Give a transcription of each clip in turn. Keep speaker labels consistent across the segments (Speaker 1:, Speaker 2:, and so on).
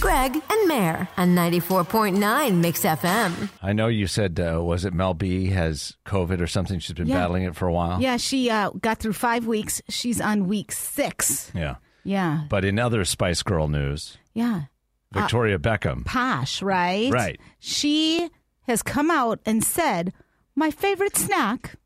Speaker 1: Greg, and Mayor on 94.9 Mix FM.
Speaker 2: I know you said, uh, was it Mel B has COVID or something? She's been
Speaker 3: Yeah.
Speaker 2: battling it for a while.
Speaker 3: Yeah, she uh, got through five weeks. She's on week six.
Speaker 2: Yeah.
Speaker 3: Yeah,
Speaker 2: But in other Spice Girl news,
Speaker 3: yeah.
Speaker 2: Victoria Beckham.
Speaker 3: Posh, right?
Speaker 2: Right.
Speaker 3: She has come out and said, My favorite snack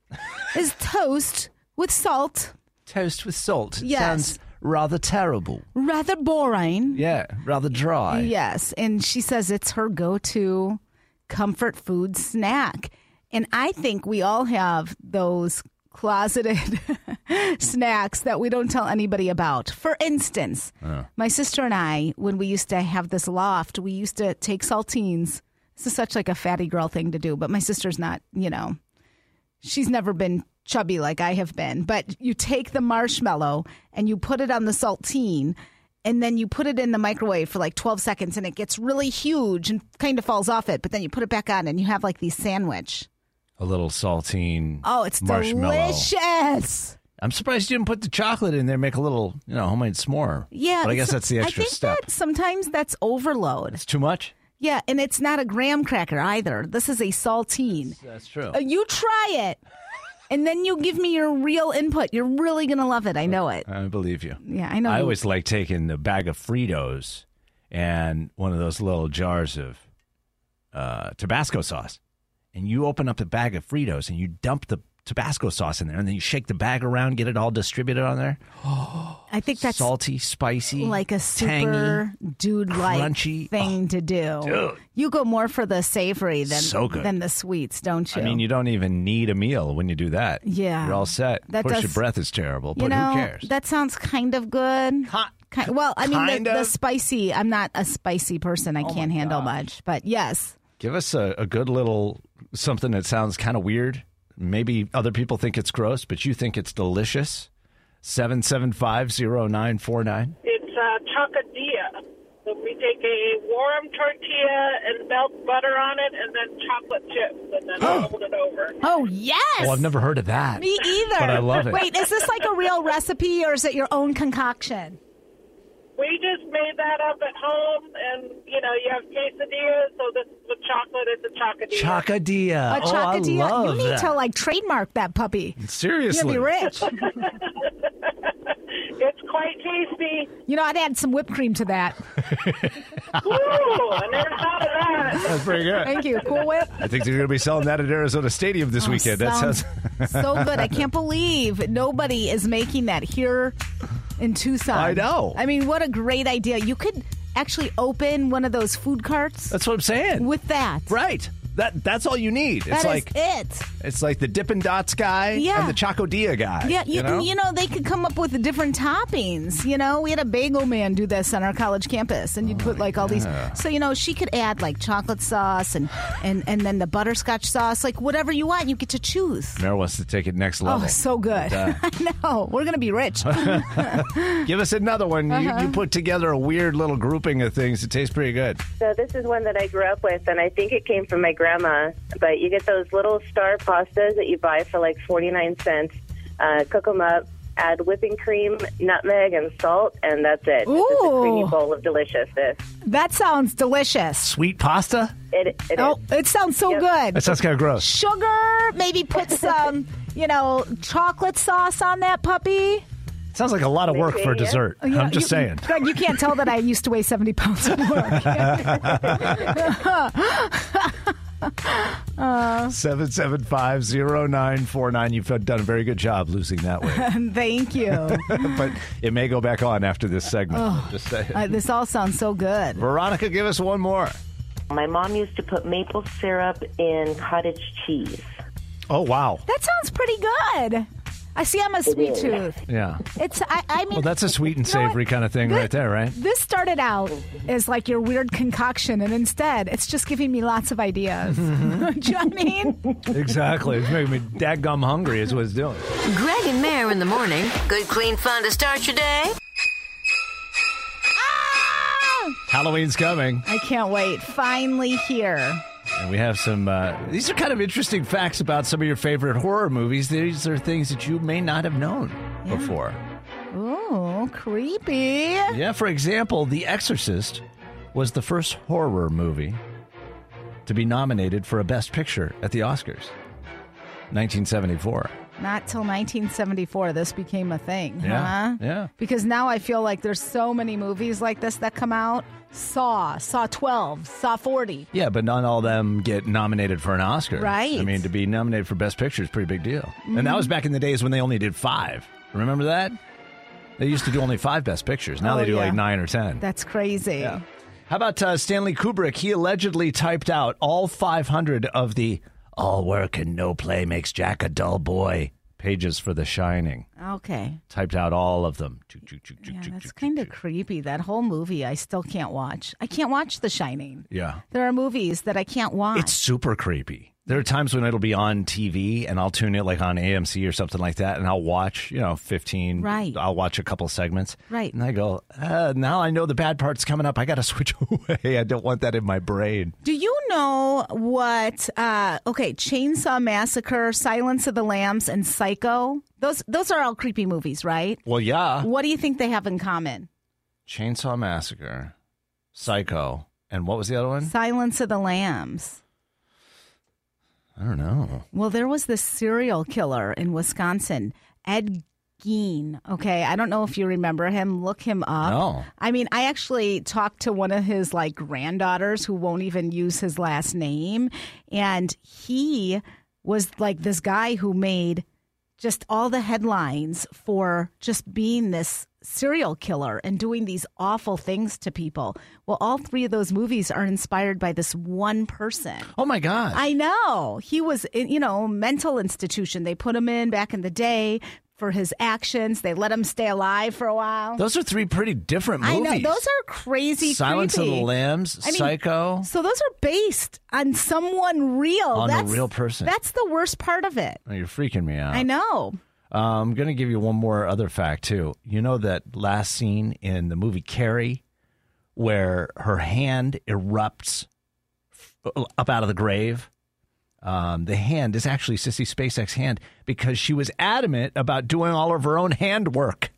Speaker 3: is toast with salt.
Speaker 2: Toast with salt.
Speaker 3: Yes. sounds
Speaker 2: rather terrible.
Speaker 3: Rather boring.
Speaker 2: Yeah. Rather dry.
Speaker 3: Yes. And she says it's her go to comfort food snack. And I think we all have those closeted snacks that we don't tell anybody about. For instance, my sister and I, when we used to have this loft, we used to take saltines. This is such like a fatty girl thing to do, but my sister's not, you know, she's never been chubby like I have been. But you take the marshmallow and you put it on the saltine and then you put it in the microwave for like 12 seconds and it gets really huge and kind of falls off it, but then you put it back on and you have like these sandwich.
Speaker 2: A little saltine.
Speaker 3: Oh, it's
Speaker 2: marshmallow.
Speaker 3: delicious.
Speaker 2: I'm surprised you didn't put the chocolate in there, make a little, you know, homemade s'more.
Speaker 3: Yeah.
Speaker 2: But I guess
Speaker 3: so-
Speaker 2: that's the extra
Speaker 3: I think
Speaker 2: step.
Speaker 3: That sometimes that's overload.
Speaker 2: It's too much?
Speaker 3: Yeah, and it's not a graham cracker either. This is a saltine.
Speaker 2: That's true.
Speaker 3: Uh, you try it. And then you give me your real input. You're really going to love it. I know it.
Speaker 2: I believe you.
Speaker 3: Yeah, I know.
Speaker 2: I
Speaker 3: you-
Speaker 2: always like taking the bag of Fritos and one of those little jars of uh, Tabasco sauce, and you open up the bag of Fritos and you dump the Tabasco sauce in there, and then you shake the bag around, get it all distributed on there.
Speaker 3: I think that's
Speaker 2: Salty, spicy,
Speaker 3: like a
Speaker 2: tangy.
Speaker 3: super dude like
Speaker 2: crunchy. Oh,
Speaker 3: thing to do.
Speaker 2: dude.
Speaker 3: You go more for the savory than
Speaker 2: So good.
Speaker 3: than the sweets, don't you?
Speaker 2: I mean, you don't even need a meal when you do that.
Speaker 3: Yeah.
Speaker 2: you're all set.
Speaker 3: That
Speaker 2: of course, your
Speaker 3: does-
Speaker 2: breath is terrible, but
Speaker 3: You know,
Speaker 2: who cares?
Speaker 3: that sounds kind of good. Ki- well, I mean,
Speaker 2: kind
Speaker 3: the, the
Speaker 2: of. Oh
Speaker 3: spicy. I'm not a spicy person. I can't handle much, but yes,
Speaker 2: Give us a, a good little something that sounds kind of weird. Maybe other people think it's gross, but you think it's delicious. 7750949.
Speaker 4: It's uh, chocadilla. So we take a warm tortilla and melt butter on it, and then chocolate chips, and then fold it over.
Speaker 3: Oh yes.
Speaker 2: Well, I've never heard of that.
Speaker 3: me either.
Speaker 2: But I love it.
Speaker 3: Wait, is this like a real recipe or is it your own concoction?
Speaker 4: We just made that up at home, and you know you have quesadillas, so this is with chocolate. It's a
Speaker 2: Chocadilla.
Speaker 4: chocadilla.
Speaker 3: A chocadilla?
Speaker 2: Oh, I love
Speaker 3: you need
Speaker 2: that.
Speaker 3: to like trademark that puppy. You'll
Speaker 2: Seriously.
Speaker 3: be rich.
Speaker 4: It's quite tasty.
Speaker 3: You know, I'd add some whipped cream to that.
Speaker 4: Woo! I never thought of that.
Speaker 2: That's pretty good.
Speaker 3: Thank you. Cool whip.
Speaker 2: I think they're going to be selling that at Arizona Stadium this weekend. That
Speaker 3: Sounds
Speaker 2: sounds.
Speaker 3: so good. I can't believe nobody is making that here in Tucson.
Speaker 2: I know.
Speaker 3: I mean, what a great idea. You could actually open one of those food carts
Speaker 2: That's what I'm saying.
Speaker 3: with that.
Speaker 2: right. That that's all you need.
Speaker 3: That
Speaker 2: it's
Speaker 3: is
Speaker 2: like
Speaker 3: it.
Speaker 2: it's like the Dippin' Dots guy
Speaker 3: Yeah.
Speaker 2: and the Chocodilla guy.
Speaker 3: Yeah, you, you, know? they could come up with different toppings. You know, we had a bagel man do this on our college campus, and you'd put like all these. So you know, she could add like chocolate sauce and and and then the butterscotch sauce, like whatever you want, you get to choose.
Speaker 2: Mare wants to take it next level.
Speaker 3: Oh, so good! I know we're gonna be rich.
Speaker 2: Give us another one. You, you put together a weird little grouping of things. It tastes pretty good.
Speaker 5: So this is one that I grew up with, and I think it came from my grandma. But you get those little star pastas that you buy for like forty nine cents. Uh, cook them up, add whipping cream, nutmeg, and salt, and that's it. It's just a creamy
Speaker 3: Ooh.
Speaker 5: bowl of deliciousness.
Speaker 3: That sounds delicious.
Speaker 2: Sweet pasta?
Speaker 5: It, it is.
Speaker 3: Oh, it sounds so
Speaker 2: That
Speaker 3: good.
Speaker 2: sounds kind of gross.
Speaker 3: Sugar, maybe put some, you know, chocolate sauce on that puppy.
Speaker 2: Sounds like a lot of work for
Speaker 5: yeah.
Speaker 2: dessert.
Speaker 3: You know,
Speaker 2: I'm just
Speaker 3: Oh, you-
Speaker 2: saying.
Speaker 3: Greg, you can't tell that I used to weigh 70 pounds at work.
Speaker 2: 7750949. You've done a very good job losing that weight.
Speaker 3: Thank you.
Speaker 2: but it may go back on after this segment. Just saying.
Speaker 3: Uh, this all sounds so good.
Speaker 2: Veronica, give us one more.
Speaker 6: My mom used to put maple syrup in cottage cheese.
Speaker 2: Oh, wow.
Speaker 3: That sounds pretty good. I see I'm a sweet tooth.
Speaker 2: Yeah.
Speaker 3: It's I, I mean
Speaker 2: Well, that's a sweet and
Speaker 3: You know what?
Speaker 2: savory kind of thing
Speaker 3: Thi-
Speaker 2: right there, right?
Speaker 3: This started out as like your weird concoction, and instead, it's just giving me lots of ideas.
Speaker 2: Mm-hmm.
Speaker 3: Do you know what I mean?
Speaker 2: Exactly. It's making me dadgum hungry is what it's doing.
Speaker 1: Greg and Mayor in the morning. Good, clean fun to start your day.
Speaker 3: Ah!
Speaker 2: Halloween's coming.
Speaker 3: I can't wait. Finally here.
Speaker 2: And we have some, uh, these are kind of interesting facts about some of your favorite horror movies. These are things that you may not have known before.
Speaker 3: Ooh, creepy.
Speaker 2: Yeah, for example, The Exorcist was the first horror movie to be nominated for a Best Picture at the Oscars. 1974.
Speaker 3: Not till 1974 this became a thing,
Speaker 2: Yeah,
Speaker 3: huh?
Speaker 2: yeah.
Speaker 3: Because now I feel like there's so many movies like this that come out. Saw, Saw 12, Saw 40.
Speaker 2: Yeah, but not all of them get nominated for an Oscar.
Speaker 3: Right. Mm-hmm.
Speaker 2: I mean, to be nominated for Best Picture is a pretty big deal. And that was back in the days when they only did five. Remember that? They used to do only five Best Pictures. Now
Speaker 3: Oh,
Speaker 2: they do
Speaker 3: yeah.
Speaker 2: like nine or ten.
Speaker 3: That's crazy.
Speaker 2: Yeah. How about uh, Stanley Kubrick? He allegedly typed out all 500 of the "All work and no play makes Jack a dull boy" pages for The Shining.
Speaker 3: Okay.
Speaker 2: Typed out all of them. Choo, choo, choo, choo,
Speaker 3: Yeah,
Speaker 2: choo,
Speaker 3: that's
Speaker 2: choo,
Speaker 3: kind of
Speaker 2: choo.
Speaker 3: creepy. That whole movie I still can't watch. I can't watch The Shining.
Speaker 2: Yeah.
Speaker 3: There are movies that I can't watch.
Speaker 2: It's super creepy. There are times when it'll be on TV and I'll tune it like on AMC or something like that and I'll watch, you know, 15.
Speaker 3: Right.
Speaker 2: I'll watch a couple segments.
Speaker 3: Right.
Speaker 2: And I go, uh, now I know the bad part's coming up. I got to switch away. I don't want that in my brain.
Speaker 3: Do you know what? Uh, okay, Chainsaw Massacre, Silence of the Lambs, and Psycho. Those those are all creepy movies, right?
Speaker 2: Well, yeah.
Speaker 3: What do you think they have in common?
Speaker 2: Chainsaw Massacre, Psycho, and what was the other one?
Speaker 3: Silence of the Lambs.
Speaker 2: I don't know.
Speaker 3: Well, there was this serial killer in Wisconsin, Ed Gein. Okay, I don't know if you remember him. Look him up.
Speaker 2: No.
Speaker 3: I mean, I actually talked to one of his like granddaughters who won't even use his last name, and he was like this guy who made just all the headlines for just being this serial killer and doing these awful things to people. Well, all three of those movies are inspired by this one person.
Speaker 2: Oh my god!
Speaker 3: I know. He was, in, you know, mental institution. They put him in back in the day for his actions. They let him stay alive for a while.
Speaker 2: those are three pretty different
Speaker 3: I
Speaker 2: movies.
Speaker 3: know. Those are crazy
Speaker 2: Silence of
Speaker 3: creepy.
Speaker 2: the Lambs,
Speaker 3: I mean,
Speaker 2: Psycho.
Speaker 3: So those are based on someone real.
Speaker 2: On a
Speaker 3: that's,
Speaker 2: real person.
Speaker 3: That's the worst part of it.
Speaker 2: Oh, you're freaking me out.
Speaker 3: I know.
Speaker 2: Uh, I'm going to give you one more other fact too. You know that last scene in the movie Carrie, where her hand erupts f- up out of the grave. Um, the hand is actually Sissy SpaceX hand because she was adamant about doing all of her own hand work.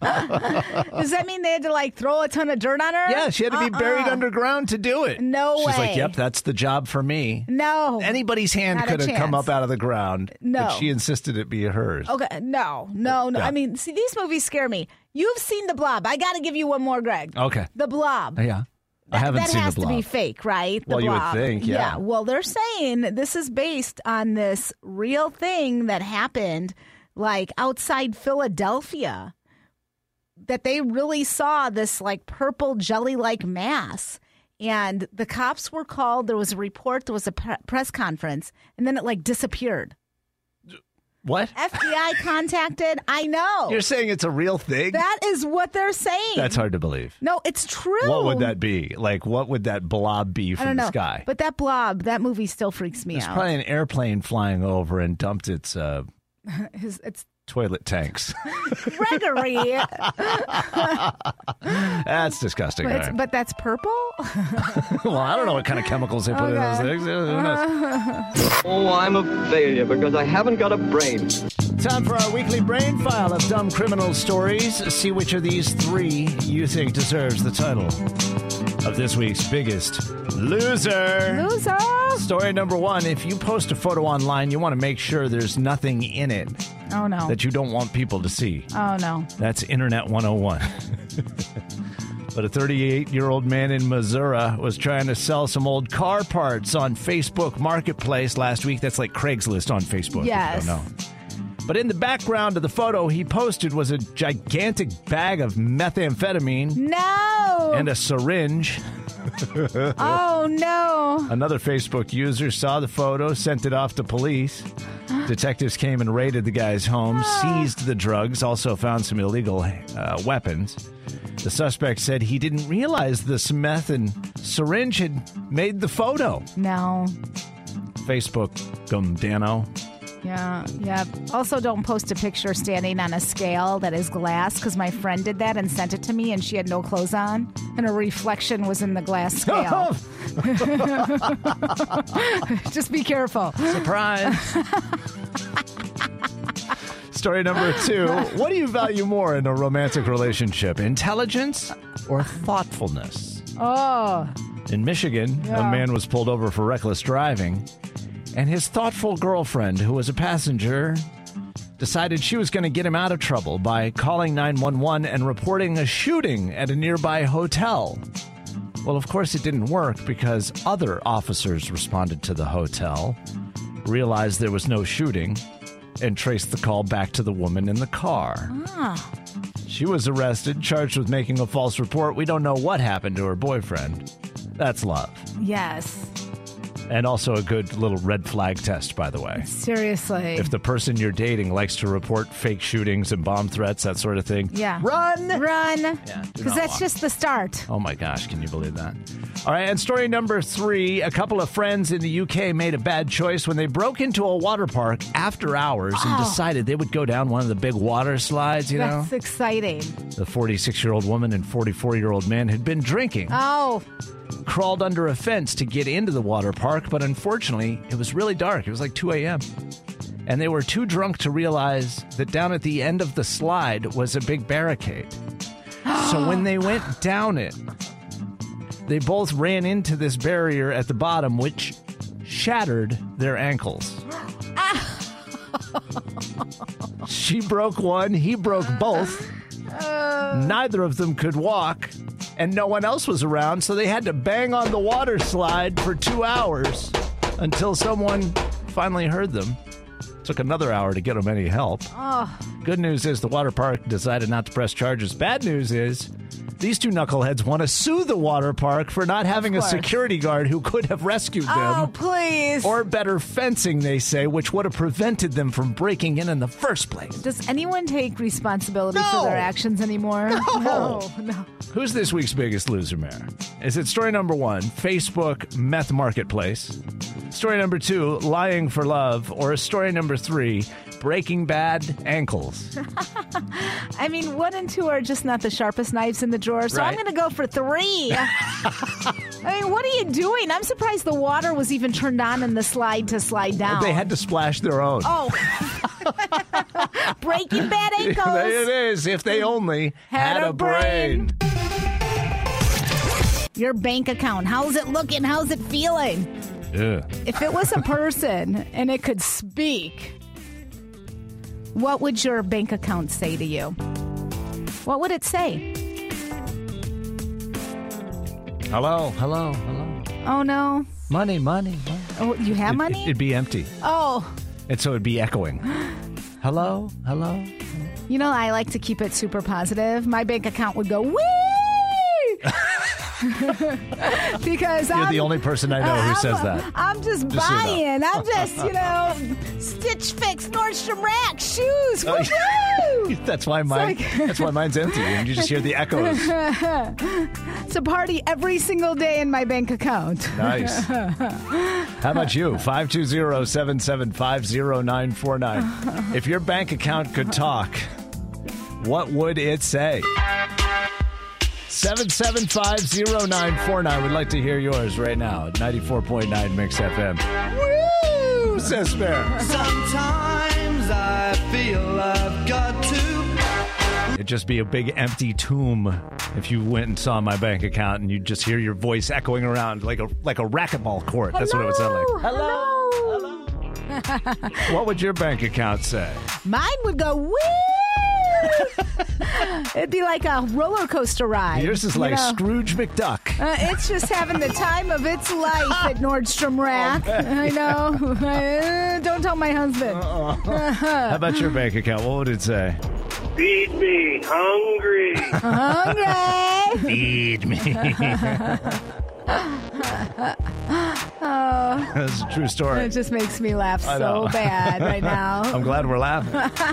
Speaker 3: Does that mean they had to like throw a ton of dirt on her?
Speaker 2: Yeah, she had to be buried
Speaker 3: Uh-uh.
Speaker 2: underground to do it.
Speaker 3: No
Speaker 2: She's
Speaker 3: way.
Speaker 2: like, "Yep, that's the job for me."
Speaker 3: No.
Speaker 2: Anybody's hand
Speaker 3: Not a
Speaker 2: could have come
Speaker 3: chance.
Speaker 2: up out of the ground.
Speaker 3: No. Oh.
Speaker 2: but she insisted it be hers.
Speaker 3: okay. No. No. No.
Speaker 2: Yeah.
Speaker 3: I mean, see, these movies scare me. You've seen The Blob. I got to give you one more, Greg.
Speaker 2: Okay.
Speaker 3: The Blob.
Speaker 2: Yeah, I haven't
Speaker 3: that
Speaker 2: seen
Speaker 3: has
Speaker 2: the blob.
Speaker 3: to be fake, right? The
Speaker 2: Well, you would
Speaker 3: blob.
Speaker 2: think, yeah.
Speaker 3: Well, they're saying this is based on this real thing that happened, like outside Philadelphia, that they really saw this like purple jelly-like mass. And the cops were called. There was a report. There was a pre- press conference, and then it like disappeared.
Speaker 2: what?
Speaker 3: FBI contacted. I know
Speaker 2: You're saying it's a real thing?
Speaker 3: Oh. that is what they're saying.
Speaker 2: That's hard to believe.
Speaker 3: no, it's true.
Speaker 2: What would that be? Like, what would that blob be
Speaker 3: I don't
Speaker 2: from
Speaker 3: know.
Speaker 2: the sky?
Speaker 3: But that blob, that movie still freaks me
Speaker 2: It's
Speaker 3: out.
Speaker 2: probably an airplane flying over and dumped its uh,
Speaker 3: His- it's
Speaker 2: toilet tanks.
Speaker 3: Gregory, but,
Speaker 2: That's disgusting.
Speaker 3: it's-
Speaker 2: right?
Speaker 3: but that's purple.
Speaker 2: well, I don't know what kind of chemicals they put in those
Speaker 3: Okay. Uh-huh.
Speaker 2: things. Who knows?
Speaker 7: Oh, I'm a failure because I haven't got a brain.
Speaker 2: Time for our weekly brain file of dumb criminal stories. See which of these three you think deserves the title of this week's biggest loser.
Speaker 3: Loser.
Speaker 2: Story number one if you post a photo online, you want to make sure there's nothing in it
Speaker 3: Oh no.
Speaker 2: that you don't want people to see.
Speaker 3: oh no.
Speaker 2: That's Internet 101. but a 38 year old man in Missouri was trying to sell some old car parts on Facebook Marketplace last week. That's like Craigslist on Facebook. if you
Speaker 3: Yes.
Speaker 2: don't know. But in the background of the photo he posted was a gigantic bag of methamphetamine
Speaker 3: No.
Speaker 2: and a syringe.
Speaker 3: oh no.
Speaker 2: Another Facebook user saw the photo, sent it off to police. Detectives came and raided the guy's home, seized the drugs, also found some illegal uh, weapons. The suspect said he didn't realize this meth and syringe had made the photo.
Speaker 3: No.
Speaker 2: Facebook Gumdano.
Speaker 3: Yeah. Yeah. Also, don't post a picture standing on a scale that is glass because my friend did that and sent it to me, and she had no clothes on, and her reflection was in the glass scale. Just be careful.
Speaker 2: Surprise. Story number two. What do you value more in a romantic relationship, intelligence or thoughtfulness?
Speaker 3: Oh,
Speaker 2: In Michigan,
Speaker 3: Yeah.
Speaker 2: a man was pulled over for reckless driving, and his thoughtful girlfriend, who was a passenger, decided she was going to get him out of trouble by calling 911 and reporting a shooting at a nearby hotel. Well, of course, it didn't work because other officers responded to the hotel, realized there was no shooting, and traced the call back to the woman in the car. She was arrested, charged with making a false report. We don't know what happened to her boyfriend. That's love.
Speaker 3: yes.
Speaker 2: And also a good little red flag test, by the way.
Speaker 3: Seriously.
Speaker 2: If the person you're dating likes to report fake shootings and bomb threats, that sort of thing.
Speaker 3: Yeah.
Speaker 2: Run!
Speaker 3: Run.
Speaker 2: Yeah, do
Speaker 3: Because
Speaker 2: not
Speaker 3: that's
Speaker 2: walk.
Speaker 3: just the start.
Speaker 2: Oh my gosh, can you believe that? All right, and story number three a couple of friends in the UK made a bad choice when they broke into a water park after hours and decided they would go down one of the big water slides, you know?
Speaker 3: That's exciting.
Speaker 2: The 46 year old woman and 44 year old man had been drinking.
Speaker 3: Oh,
Speaker 2: crawled under a fence to get into the water park, but unfortunately, it was really dark. It was like 2 a.m. And they were too drunk to realize that down at the end of the slide was a big barricade. so when they went down it, they both ran into this barrier at the bottom, which shattered their ankles. she broke one, he broke
Speaker 3: Uh-huh.
Speaker 2: both.
Speaker 3: Oh.
Speaker 2: Neither of them could walk, and no one else was around, so they had to bang on the water slide for two hours until someone finally heard them. Took another hour to get them any help.
Speaker 3: Oh.
Speaker 2: Good news is the water park decided not to press charges. Bad news is these two knuckleheads want to sue the water park for not having a
Speaker 3: course.
Speaker 2: security guard who could have rescued them.
Speaker 3: oh, please.
Speaker 2: Or better, fencing, they say, which would have prevented them from breaking in in the first place.
Speaker 3: Does anyone take responsibility for
Speaker 2: No.
Speaker 3: their actions anymore?
Speaker 2: No.
Speaker 3: no. no.
Speaker 2: Who's this week's biggest loser, Mayor? Is it story number one, Facebook meth marketplace? Story number two, lying for love? Or story number three, breaking bad ankles?
Speaker 3: I mean, one and two are just not the sharpest knives in the drawer, so I'm
Speaker 2: Right.
Speaker 3: going to go for three. I mean, what are you doing? I'm surprised the water was even turned on in the slide to slide down.
Speaker 2: They had to splash their own.
Speaker 3: oh, breaking bad
Speaker 2: There it
Speaker 3: ankles.
Speaker 2: is, if they only
Speaker 3: Had
Speaker 2: had,
Speaker 3: a
Speaker 2: a brain.
Speaker 3: Your bank account. How's it looking? How's it feeling?
Speaker 2: Yeah.
Speaker 3: If it was a person and it could speak, what would your bank account say to you? What would it say?
Speaker 2: Hello, hello, hello.
Speaker 3: Oh no!
Speaker 2: Money, money, money.
Speaker 3: Oh, you have
Speaker 2: It-
Speaker 3: money?
Speaker 2: It'd be empty.
Speaker 3: oh.
Speaker 2: And so it'd be echoing. hello, hello.
Speaker 3: You know, I like to keep it super positive. My bank account would go wee because
Speaker 2: You're
Speaker 3: I'm
Speaker 2: the only person I know who
Speaker 3: I'm-
Speaker 2: says that.
Speaker 3: I'm just,
Speaker 2: Just so you know.
Speaker 3: buying. I'm just, you know, Stitch Fix, Nordstrom Rack shoes.
Speaker 2: Oh,
Speaker 3: Woo!
Speaker 2: That's why mine.
Speaker 3: like-
Speaker 2: that's why mine's empty, and you just hear the echoes.
Speaker 3: It's a party every single day in my bank account.
Speaker 2: Nice. How about you? 520-775-0949. If your bank account could talk, what would it say? 775-0949. We'd like to hear yours right now at 94.9 Mix FM. Woo! Says Bear.
Speaker 7: Sometimes I feel I've got to.
Speaker 2: It'd just be a big empty tomb if you went and saw my bank account and you'd just hear your voice echoing around like a like a racquetball court. That's what it would sound like.
Speaker 3: Hello.
Speaker 2: What would your bank account say?
Speaker 3: Mine would go woo. It'd be like a roller coaster ride.
Speaker 2: Yours is
Speaker 3: you
Speaker 2: like
Speaker 3: know.
Speaker 2: Scrooge McDuck.
Speaker 3: Uh, it's just having the time of its life at Nordstrom Rack. I know. Uh, Don't tell my husband.
Speaker 2: How about your bank account? What would it say?
Speaker 4: Feed me hungry.
Speaker 3: Hungry.
Speaker 2: Feed me. That's a true story.
Speaker 3: It just makes me laugh
Speaker 2: I know.
Speaker 3: so
Speaker 2: Oh.
Speaker 3: bad right now.
Speaker 2: I'm glad we're laughing.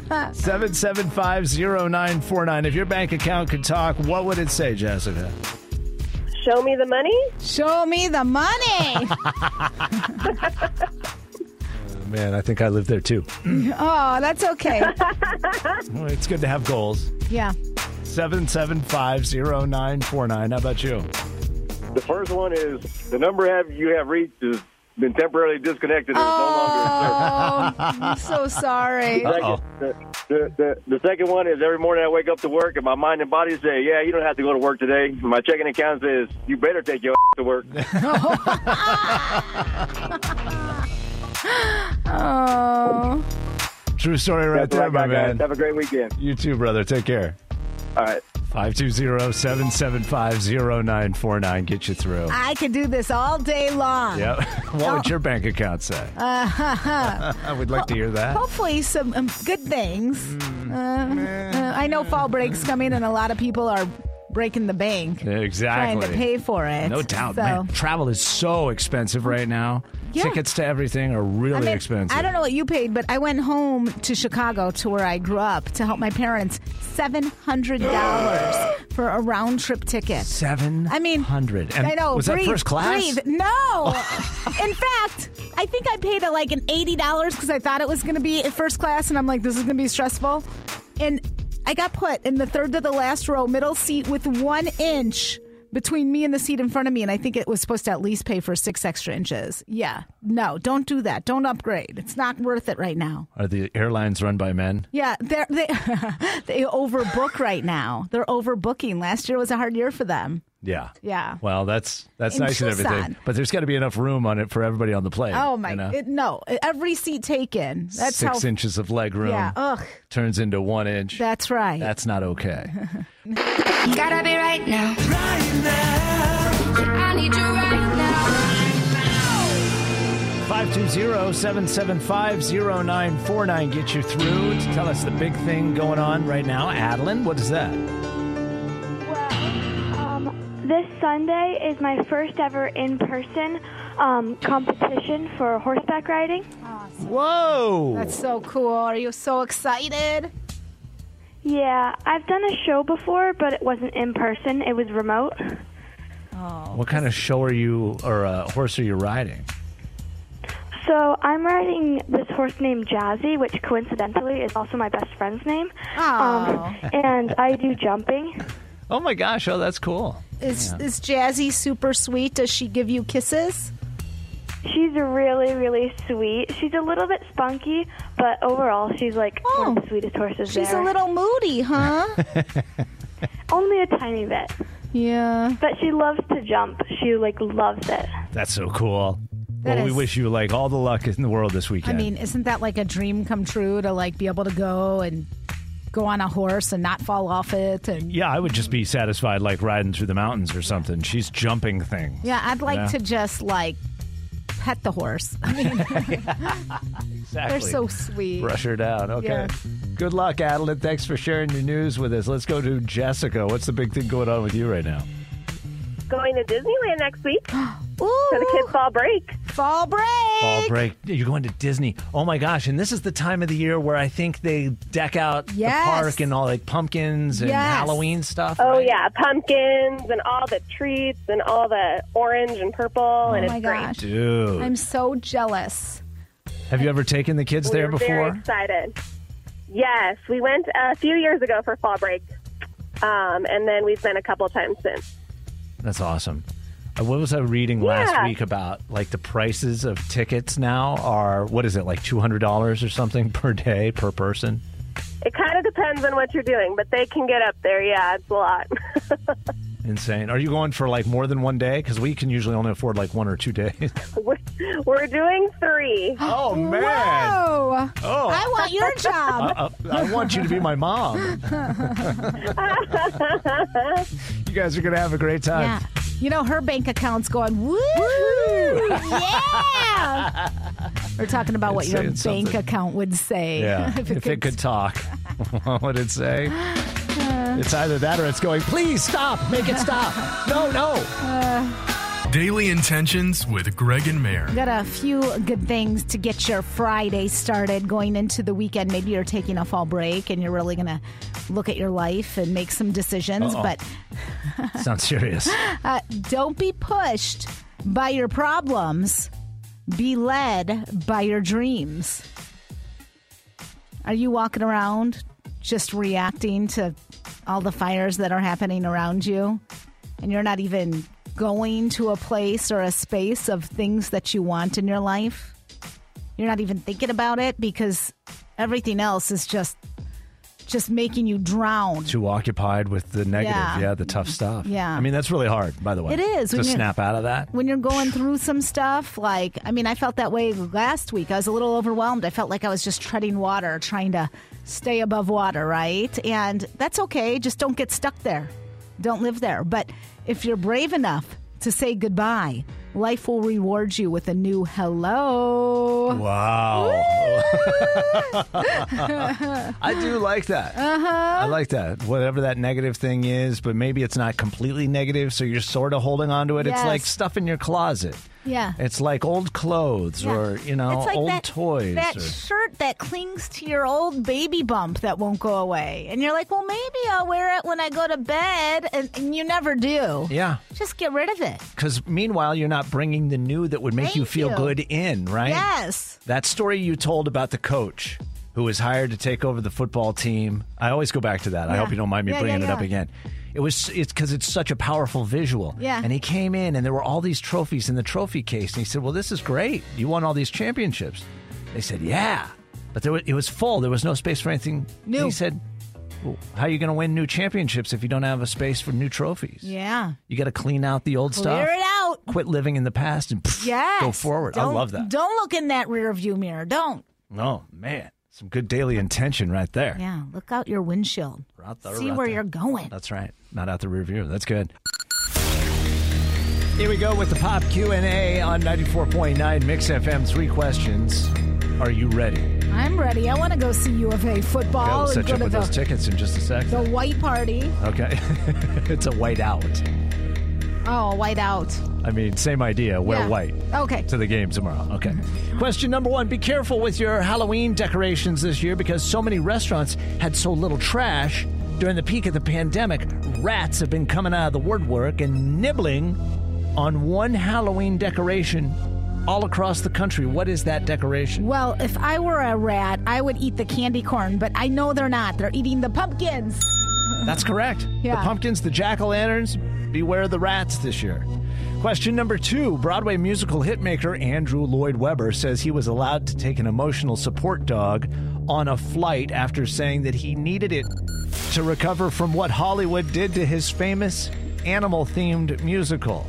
Speaker 2: 7750949. If your bank account could talk, what would it say, Jessica?
Speaker 5: Show me the money.
Speaker 3: Show me the money.
Speaker 2: Man, I think I live there too.
Speaker 3: Oh, that's okay.
Speaker 2: It's good to have goals.
Speaker 3: Yeah.
Speaker 2: 7750949. How about you?
Speaker 8: The first one is the number have you have reached is been temporarily disconnected. and is no longer in service.
Speaker 3: Oh, I'm so sorry.
Speaker 2: Uh-oh.
Speaker 8: The, the, the, the second one is every morning I wake up to work and my mind and body say, "Yeah, you don't have to go to work today." My checking account says, "You better take your to work."
Speaker 3: Oh.
Speaker 2: True story right
Speaker 8: That's what I
Speaker 2: there, my
Speaker 8: got, guys.
Speaker 2: man.
Speaker 8: Have a great weekend.
Speaker 2: You too, brother. Take care.
Speaker 8: All right.
Speaker 2: 520-775-0949. Get you through.
Speaker 3: I could do this all day long.
Speaker 2: Yep. What would your bank account say? I would Uh, like to hear that.
Speaker 3: Hopefully, some um, good things.
Speaker 2: Mm.
Speaker 3: Uh, uh, I know fall break's coming, and a lot of people are breaking the bank
Speaker 2: Exactly.
Speaker 3: trying to pay for it.
Speaker 2: No doubt,
Speaker 3: So,
Speaker 2: man. Travel is so expensive right now.
Speaker 3: Yeah.
Speaker 2: Tickets to everything are really
Speaker 3: I mean,
Speaker 2: expensive.
Speaker 3: I don't know what you paid, but I went home to Chicago to where I grew up to help my parents. Seven hundred dollars for a round trip ticket.
Speaker 2: Seven.
Speaker 3: I mean,
Speaker 2: hundred.
Speaker 3: I know.
Speaker 2: Was
Speaker 3: breathe,
Speaker 2: that first class?
Speaker 3: Breathe. No. In fact, I think I paid it like an eighty dollars because I thought it was going to be at first class, and I'm like, this is going to be stressful. And I got put in the third to the last row, middle seat, with one inch between me and the seat in front of me, and I think it was supposed to at least pay for six extra inches. Yeah. No, don't do that. Don't upgrade. It's not worth it right now.
Speaker 2: Are the airlines run by men?
Speaker 3: Yeah, they're, they they overbook right now. They're overbooking. Last year was a hard year for them.
Speaker 2: Yeah.
Speaker 3: Yeah.
Speaker 2: Well, that's that's
Speaker 3: In
Speaker 2: nice and everything,
Speaker 3: Tucson.
Speaker 2: but there's got to be enough room on it for everybody on the plane.
Speaker 3: Oh my!
Speaker 2: you know?
Speaker 3: it- no, every seat taken. That's
Speaker 2: Six
Speaker 3: how.
Speaker 2: inches of leg room
Speaker 3: Yeah. Ugh.
Speaker 2: turns into one inch.
Speaker 3: That's right.
Speaker 2: That's not okay.
Speaker 1: Gotta be right now. I need you right now.
Speaker 2: 520-775-0949 gets you through to tell us the big thing going on right now. Adeline, what is that?
Speaker 9: Um, this Sunday is my first ever in person um, competition for horseback riding.
Speaker 2: Whoa!
Speaker 3: That's so cool. Are you so excited?
Speaker 9: Yeah, I've done a show before, but it wasn't in person, it was remote.
Speaker 2: what kind of show are you or uh, horse are you riding?
Speaker 9: So I'm riding this horse named Jazzy, which coincidentally is also my best friend's name. Um, and I do jumping.
Speaker 2: Oh my gosh! Oh, that's cool.
Speaker 3: Is is Jazzy super sweet? Does she give you kisses?
Speaker 9: She's really, really sweet. She's a little bit spunky, but overall, she's like one of
Speaker 3: Oh,
Speaker 9: the sweetest horses
Speaker 3: She's
Speaker 9: there.
Speaker 3: a little moody, huh?
Speaker 9: Only a tiny bit,
Speaker 3: yeah.
Speaker 9: but she loves to jump. She like loves it.
Speaker 2: That's so cool.
Speaker 3: That
Speaker 2: well, we
Speaker 3: is-
Speaker 2: wish you like all the luck in the world this
Speaker 3: I
Speaker 2: weekend.
Speaker 3: mean, isn't that like a dream come true to like be able to go and go on a horse and not fall off it and
Speaker 2: yeah, I would just be satisfied like riding through the mountains or something. She's jumping things.
Speaker 3: yeah, I'd like
Speaker 2: Yeah.
Speaker 3: to just like pet the horse. I mean,
Speaker 2: exactly.
Speaker 3: they're so sweet.
Speaker 2: Brush her down. Okay.
Speaker 3: Yeah.
Speaker 2: Good luck, Adeline. Thanks for sharing your news with us. Let's go to Jessica. What's the big thing going on with you right now?
Speaker 5: Going to Disneyland next week for
Speaker 3: Ooh,
Speaker 5: the kids' fall break.
Speaker 3: fall break.
Speaker 2: Fall break. You're going to Disney. Oh my gosh! And this is the time of the year where I think they deck out
Speaker 3: Yes.
Speaker 2: the park and all like pumpkins and
Speaker 3: Yes.
Speaker 2: Halloween stuff.
Speaker 5: Oh
Speaker 2: right?
Speaker 5: yeah, pumpkins and all the treats and all the orange and purple
Speaker 3: Oh
Speaker 5: and it's
Speaker 3: my
Speaker 5: great.
Speaker 3: gosh.
Speaker 2: dude.
Speaker 3: I'm so jealous.
Speaker 2: Have you ever taken the kids there
Speaker 5: we were Very
Speaker 2: before?
Speaker 5: excited. Yes, we went a few years ago for fall break, um, and then we've been a couple times since.
Speaker 2: That's awesome. Uh, What was I reading last
Speaker 5: Yeah.
Speaker 2: week about? Like the prices of tickets now are what is it like two hundred dollars or something per day per person?
Speaker 5: It kind of depends on what you're doing, but they can get up there. Yeah, it's a lot.
Speaker 2: Insane. Are you going for like more than one day? Because we can usually only afford like one or two days.
Speaker 5: we're, we're doing three.
Speaker 2: oh
Speaker 3: Whoa.
Speaker 2: Oh.
Speaker 3: I want your job.
Speaker 2: Uh, I want you to be my mom. you guys are gonna have a great time.
Speaker 3: yeah. You know, her bank account's going, woo! yeah! We're talking about what
Speaker 2: It's
Speaker 3: your
Speaker 2: saying
Speaker 3: bank
Speaker 2: something.
Speaker 3: account would say.
Speaker 2: Yeah. if, it could talk, what would it say?
Speaker 3: Uh.
Speaker 2: it's either that or it's going. Please stop. Make it stop. no, no.
Speaker 10: Daily Intentions with Greg and Mayor.
Speaker 3: Got a few good things to get your Friday started going into the weekend. Maybe you're taking a fall break and you're really going to look at your life and make some decisions.
Speaker 2: Uh-oh.
Speaker 3: But
Speaker 2: Sounds serious.
Speaker 3: Uh, don't be pushed by your problems. Be led by your dreams. Are you walking around just reacting to all the fires that are happening around you? And you're not even going to a place or a space of things that you want in your life. You're not even thinking about it because everything else is just just making you drown.
Speaker 2: Too occupied with the negative,
Speaker 3: Yeah.
Speaker 2: yeah, the tough stuff.
Speaker 3: Yeah.
Speaker 2: I mean that's really hard, by the way.
Speaker 3: It is,
Speaker 2: to
Speaker 3: when you're-
Speaker 2: snap out of that.
Speaker 3: When you're going through some stuff, like I mean, I felt that way last week. I was a little overwhelmed. I felt like I was just treading water, trying to stay above water, right? And that's okay. Just don't get stuck there. Don't live there. But if you're brave enough to say goodbye, life will reward you with a new hello.
Speaker 2: Wow. I do like that.
Speaker 3: Uh-huh.
Speaker 2: I like that. Whatever that negative thing is, but maybe it's not completely negative, so you're sort of holding on to it. It's
Speaker 3: Yes.
Speaker 2: like stuff in your closet.
Speaker 3: Yeah.
Speaker 2: It's like old clothes
Speaker 3: Yeah.
Speaker 2: or, you know,
Speaker 3: It's like
Speaker 2: old
Speaker 3: that,
Speaker 2: toys.
Speaker 3: That
Speaker 2: or-
Speaker 3: shirt that clings to your old baby bump that won't go away. And you're like, well, maybe I'll wear it when I go to bed. And, and you never do.
Speaker 2: yeah.
Speaker 3: Just get rid of it.
Speaker 2: Because meanwhile, you're not bringing the new that would make you
Speaker 3: Thank
Speaker 2: feel
Speaker 3: you.
Speaker 2: good in, right?
Speaker 3: Yes.
Speaker 2: That story you told about the coach who was hired to take over the football team. I always go back to that. I
Speaker 3: Yeah.
Speaker 2: hope you don't mind me
Speaker 3: Yeah,
Speaker 2: bringing
Speaker 3: yeah,
Speaker 2: it up
Speaker 3: yeah.
Speaker 2: again. It was it's because it's such a powerful visual.
Speaker 3: Yeah.
Speaker 2: And he came in and there were all these trophies in the trophy case, and he said, "Well, this is great. You won all these championships." They said, "Yeah," but there was, it was full. There was no space for anything
Speaker 3: New.
Speaker 2: And he said, well, "How are you going to win new championships if you don't have a space for new trophies?
Speaker 3: Yeah.
Speaker 2: You got to clean out the old stuff."
Speaker 3: Clear it out.
Speaker 2: quit living in the past and pff,
Speaker 3: Yes.
Speaker 2: go forward. I
Speaker 3: Don't-
Speaker 2: love that.
Speaker 3: Don't look in that rear view mirror. Don't.
Speaker 2: Oh man, some good daily intention right there.
Speaker 3: Yeah. Look out your windshield.
Speaker 2: Out there,
Speaker 3: See
Speaker 2: right
Speaker 3: where
Speaker 2: there.
Speaker 3: you're going.
Speaker 2: That's right. Not out the rear view. That's good. Here we go with the pop Q and A on ninety four point nine Mix FM. Three questions. Are you ready?
Speaker 3: I'm ready. I want to go see U of A football
Speaker 2: we'll
Speaker 3: and
Speaker 2: set you
Speaker 3: go
Speaker 2: up
Speaker 3: to
Speaker 2: with those
Speaker 3: the,
Speaker 2: tickets in just a sec.
Speaker 3: the white party.
Speaker 2: Okay, it's a white out.
Speaker 3: Oh, white out.
Speaker 2: I mean, same idea. Wear
Speaker 3: Yeah.
Speaker 2: white.
Speaker 3: Okay.
Speaker 2: to the game tomorrow. Okay. Question number one Be careful with your Halloween decorations this year because so many restaurants had so little trash during the peak of the pandemic. Rats have been coming out of the woodwork and nibbling on one Halloween decoration all across the country. What is that decoration?
Speaker 3: Well, if I were a rat, I would eat the candy corn, but I know they're not. They're eating the pumpkins.
Speaker 2: That's correct.
Speaker 3: Yeah.
Speaker 2: The pumpkins, the jack o' lanterns, beware the rats this year. Question number two Broadway musical hitmaker Andrew Lloyd Webber says he was allowed to take an emotional support dog on a flight after saying that he needed it to recover from what Hollywood did to his famous animal themed musical.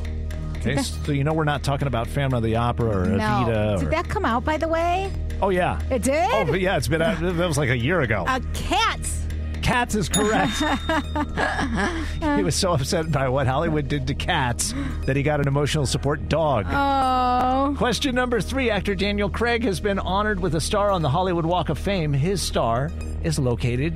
Speaker 2: Okay, so you know we're not talking about Phantom of the Opera or
Speaker 3: no.
Speaker 2: Evita.
Speaker 3: Did
Speaker 2: or-
Speaker 3: that come out, by the way?
Speaker 2: oh, yeah.
Speaker 3: It did?
Speaker 2: Oh, but yeah, it's been out. That was like a year ago.
Speaker 3: A cat.
Speaker 2: Cats is correct. he was so upset by what Hollywood did to cats that he got an emotional support dog.
Speaker 3: Oh.
Speaker 2: Question number three Actor Daniel Craig has been honored with a star on the Hollywood Walk of Fame. His star is located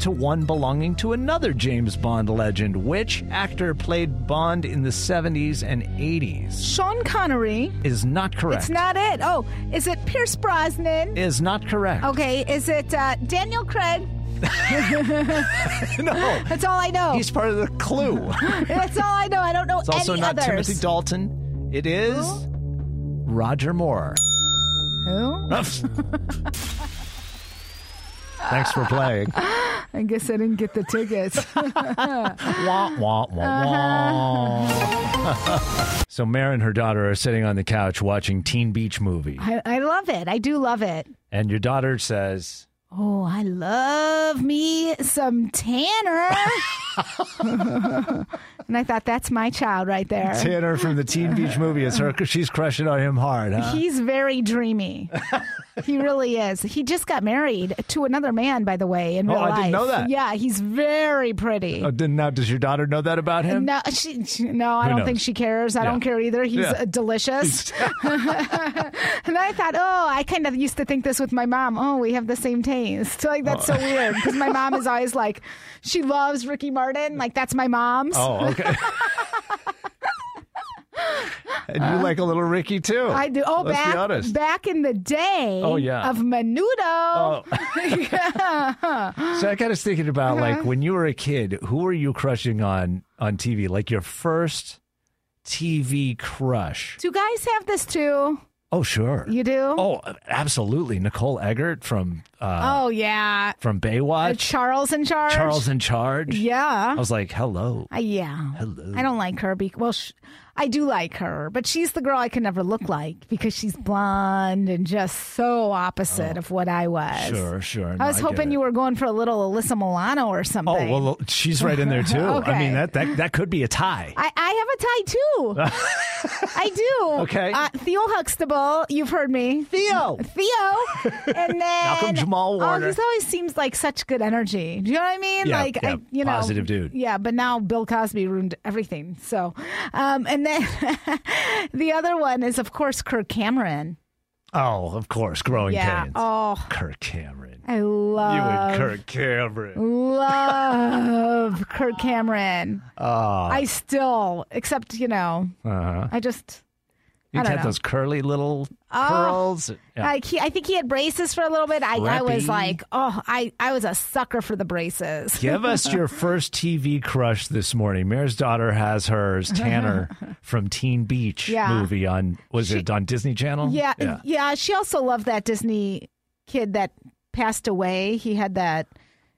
Speaker 2: to one belonging to another James Bond legend. Which actor played Bond in the 70s and 80s?
Speaker 3: Sean Connery.
Speaker 2: Is not correct.
Speaker 3: It's not it. Oh, is it Pierce Brosnan?
Speaker 2: Is not correct.
Speaker 3: Okay, is it uh, Daniel Craig?
Speaker 2: no.
Speaker 3: That's all I know.
Speaker 2: He's part of the clue.
Speaker 3: That's all I know. I don't know
Speaker 2: It's also
Speaker 3: any
Speaker 2: not
Speaker 3: others.
Speaker 2: Timothy Dalton. It is
Speaker 3: Who?
Speaker 2: Roger Moore.
Speaker 3: Who?
Speaker 2: Thanks for playing.
Speaker 3: I guess I didn't get the tickets.
Speaker 2: Wah, wah, wah, wah. so Mare and her daughter are sitting on the couch watching Teen Beach Movie,
Speaker 3: I, I love it. I do love it.
Speaker 2: and your daughter says,
Speaker 3: Oh, I love me some Tanner. and I thought that's my child right there.
Speaker 2: "Tanner from the Teen Beach Movie is her. She's crushing on him hard, huh?"
Speaker 3: He's very dreamy. he really is. He just got married to another man, by the way, in
Speaker 2: Oh,
Speaker 3: real
Speaker 2: I
Speaker 3: life.
Speaker 2: didn't know that.
Speaker 3: Yeah, he's very pretty.
Speaker 2: Oh, did- now, does your daughter know that about him?
Speaker 3: No, she, she- no, I
Speaker 2: Who
Speaker 3: don't
Speaker 2: knows?
Speaker 3: think she cares. I
Speaker 2: Yeah.
Speaker 3: don't care either. He's
Speaker 2: Yeah.
Speaker 3: uh, delicious. and I thought, oh, I kind of used to think this with my mom. Oh, we have the same taste. Like that's
Speaker 2: Oh.
Speaker 3: so weird because my mom is always like, she loves Ricky Martin. Like that's my mom's.
Speaker 2: Oh, okay. and you like a little Ricky too.
Speaker 3: I do. Oh,
Speaker 2: Let's
Speaker 3: back
Speaker 2: be honest.
Speaker 3: back in the day.
Speaker 2: Oh, yeah.
Speaker 3: Of menudo.
Speaker 2: Oh. so I got us thinking about
Speaker 3: Uh-huh.
Speaker 2: like when you were a kid, who were you crushing on on TV? Like your first TV crush?
Speaker 3: Do guys have this too?
Speaker 2: Oh, sure.
Speaker 3: You do?
Speaker 2: Oh, absolutely. Nicole Eggert from uh,
Speaker 3: oh yeah,
Speaker 2: from
Speaker 3: Uh,
Speaker 2: Baywatch,
Speaker 3: Charles in charge.
Speaker 2: Charles in Charge.
Speaker 3: Yeah.
Speaker 2: I was like, hello.
Speaker 3: I, Uh, yeah.
Speaker 2: Hello.
Speaker 3: I don't like her. Be- well, sh- I do like her, but she's the girl I could never look like because she's blonde and just so opposite of what I was.
Speaker 2: Oh. Sure, sure. No,
Speaker 3: I was
Speaker 2: get
Speaker 3: hoping
Speaker 2: it.
Speaker 3: you were going for a little Alyssa Milano or something.
Speaker 2: Oh well, look, she's right in there too. I
Speaker 3: Okay.
Speaker 2: mean that, that that could be a tie.
Speaker 3: I, I have a tie too. I do.
Speaker 2: Okay.
Speaker 3: Uh, Theo Huxtable, you've heard me.
Speaker 2: Theo.
Speaker 3: Theo. And then
Speaker 2: Malcolm Jamal Warner.
Speaker 3: Oh, he always seems like such good energy. Do you know what I mean?
Speaker 2: Yeah,
Speaker 3: like
Speaker 2: yeah,
Speaker 3: I, you know,
Speaker 2: positive dude.
Speaker 3: Yeah, but now Bill Cosby ruined everything. So, um, and then the other one is of course Kirk Cameron.
Speaker 2: Oh, of course, growing
Speaker 3: yeah.
Speaker 2: pains.
Speaker 3: Oh, Uh,
Speaker 2: Kirk Cameron.
Speaker 3: I
Speaker 2: you
Speaker 3: love
Speaker 2: and Kirk Cameron.
Speaker 3: love Kirk Cameron.
Speaker 2: Oh,
Speaker 3: I still, except you know,
Speaker 2: uh-huh.
Speaker 3: I just.
Speaker 2: you
Speaker 3: I don't
Speaker 2: had
Speaker 3: know.
Speaker 2: those curly little
Speaker 3: Oh.
Speaker 2: curls. Yeah.
Speaker 3: Like he, I think he had braces for a little bit. I, I was
Speaker 2: Scrappy.
Speaker 3: like, oh, I, I was a sucker for the braces.
Speaker 2: Give us your first TV crush this morning. Mayor's daughter has hers. Tanner from Teen Beach
Speaker 3: Yeah.
Speaker 2: movie on was it on Disney Channel?
Speaker 3: yeah, yeah, She also loved that Disney kid that passed away. He had that.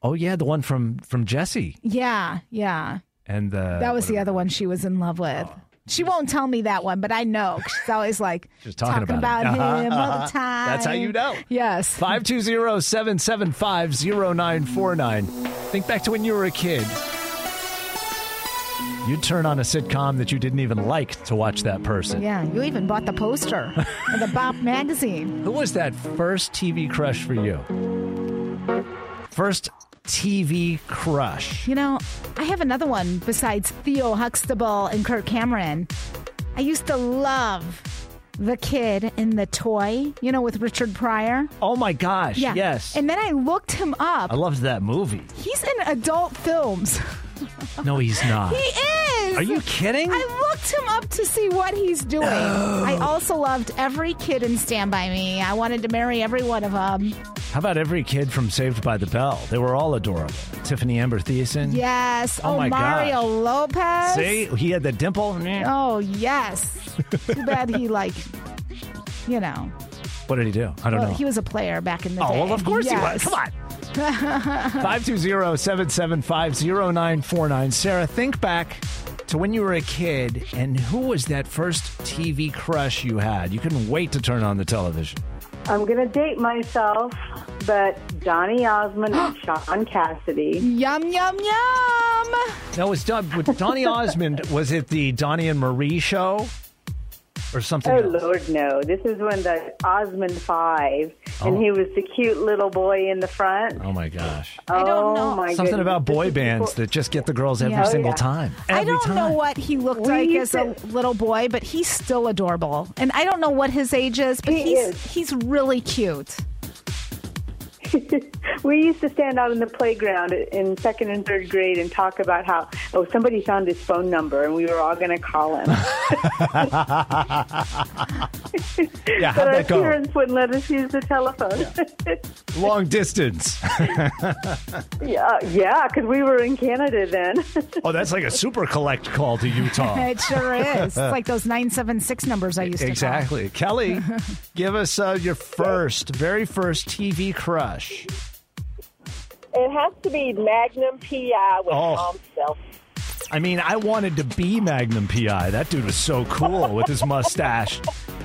Speaker 2: Oh yeah, the one from from Jesse
Speaker 3: Yeah, yeah.
Speaker 2: and the
Speaker 3: that was the other one she was in love with.
Speaker 2: Oh.
Speaker 3: She won't tell me that one, but I know 'cause she's always like
Speaker 2: She's talking about it. Uh-huh,
Speaker 3: him all
Speaker 2: uh-huh.
Speaker 3: the time.
Speaker 2: That's how you know.
Speaker 3: Yes.
Speaker 2: 520-775-0949. Think back to when you were a kid. You'd turn on a sitcom that you didn't even like to watch that person.
Speaker 3: Yeah. You even bought the poster of the Bop magazine.
Speaker 2: Who was that first TV crush for you? First TV crush.
Speaker 3: You know, I have another one besides Theo Huxtable and Kirk Cameron. I used to love the kid in the toy, you know, with Richard Pryor.
Speaker 2: Oh my gosh. Yes.
Speaker 3: And then I looked him up.
Speaker 2: I loved that movie.
Speaker 3: He's in adult films.
Speaker 2: No, he's not.
Speaker 3: he is.
Speaker 2: Are you kidding?
Speaker 3: I looked him up to see what he's doing. I also loved every kid in Stand By Me. I wanted to marry every one of them.
Speaker 2: How about every kid from Saved by the Bell? They were all adorable. Tiffany Amber Thiessen.
Speaker 3: Yes.
Speaker 2: Oh, my
Speaker 3: Mario Lopez.
Speaker 2: See, he had the dimple. Meh.
Speaker 3: Oh yes. Too bad he like, you know,
Speaker 2: What did he do? I don't
Speaker 3: well,
Speaker 2: know.
Speaker 3: he was a player back in the
Speaker 2: oh,
Speaker 3: day.
Speaker 2: well, of course
Speaker 3: Yes.
Speaker 2: he was. Come on. 520-775-0949. Sarah, think back to when you were a kid and who was that first TV crush you had? You couldn't wait to turn on the television.
Speaker 11: I'm going to date myself, but Donny Osmond and Sean
Speaker 2: Mm.
Speaker 11: Cassidy.
Speaker 3: Yum yum yum.
Speaker 2: No, it's done with Donny Osmond. Was it the Donny and Marie show or something?
Speaker 11: Oh,
Speaker 2: else?
Speaker 11: Lord, no. This is when the Osmond Five,
Speaker 2: Oh.
Speaker 11: and he was the cute little boy in the front.
Speaker 2: Oh my gosh.
Speaker 11: I don't know. My
Speaker 2: Something
Speaker 11: goodness.
Speaker 2: about
Speaker 11: This
Speaker 2: boy
Speaker 11: is
Speaker 2: bands
Speaker 11: before-
Speaker 2: that just get the girls every
Speaker 11: Yeah. Oh,
Speaker 2: single
Speaker 11: yeah.
Speaker 2: time.
Speaker 3: I
Speaker 2: Every
Speaker 3: don't
Speaker 2: time.
Speaker 3: know what he looked
Speaker 11: We
Speaker 3: like as
Speaker 11: used
Speaker 3: a little boy, but he's still adorable. And I don't know what his age is, but
Speaker 11: He
Speaker 3: he's
Speaker 11: is.
Speaker 3: he's really cute.
Speaker 11: we used to stand out in the playground in second and third grade and talk about how, oh, somebody found his phone number, and we were all going to call him.
Speaker 2: Yeah,
Speaker 11: but
Speaker 2: how'd
Speaker 11: our
Speaker 2: that go?
Speaker 11: parents wouldn't let us use the telephone.
Speaker 2: Long distance.
Speaker 11: Yeah, Uh, yeah, because we were in Canada then.
Speaker 2: oh, that's like a super collect call to Utah.
Speaker 3: It sure is. It's like those nine seven six numbers
Speaker 2: E,
Speaker 3: I used to call.
Speaker 2: exactly. Kelly, give us uh, your first, very first TV crush.
Speaker 4: It has to be Magnum PI with
Speaker 2: Oh.
Speaker 4: Tom Self.
Speaker 2: I mean, I wanted to be Magnum PI. That dude was so cool with his mustache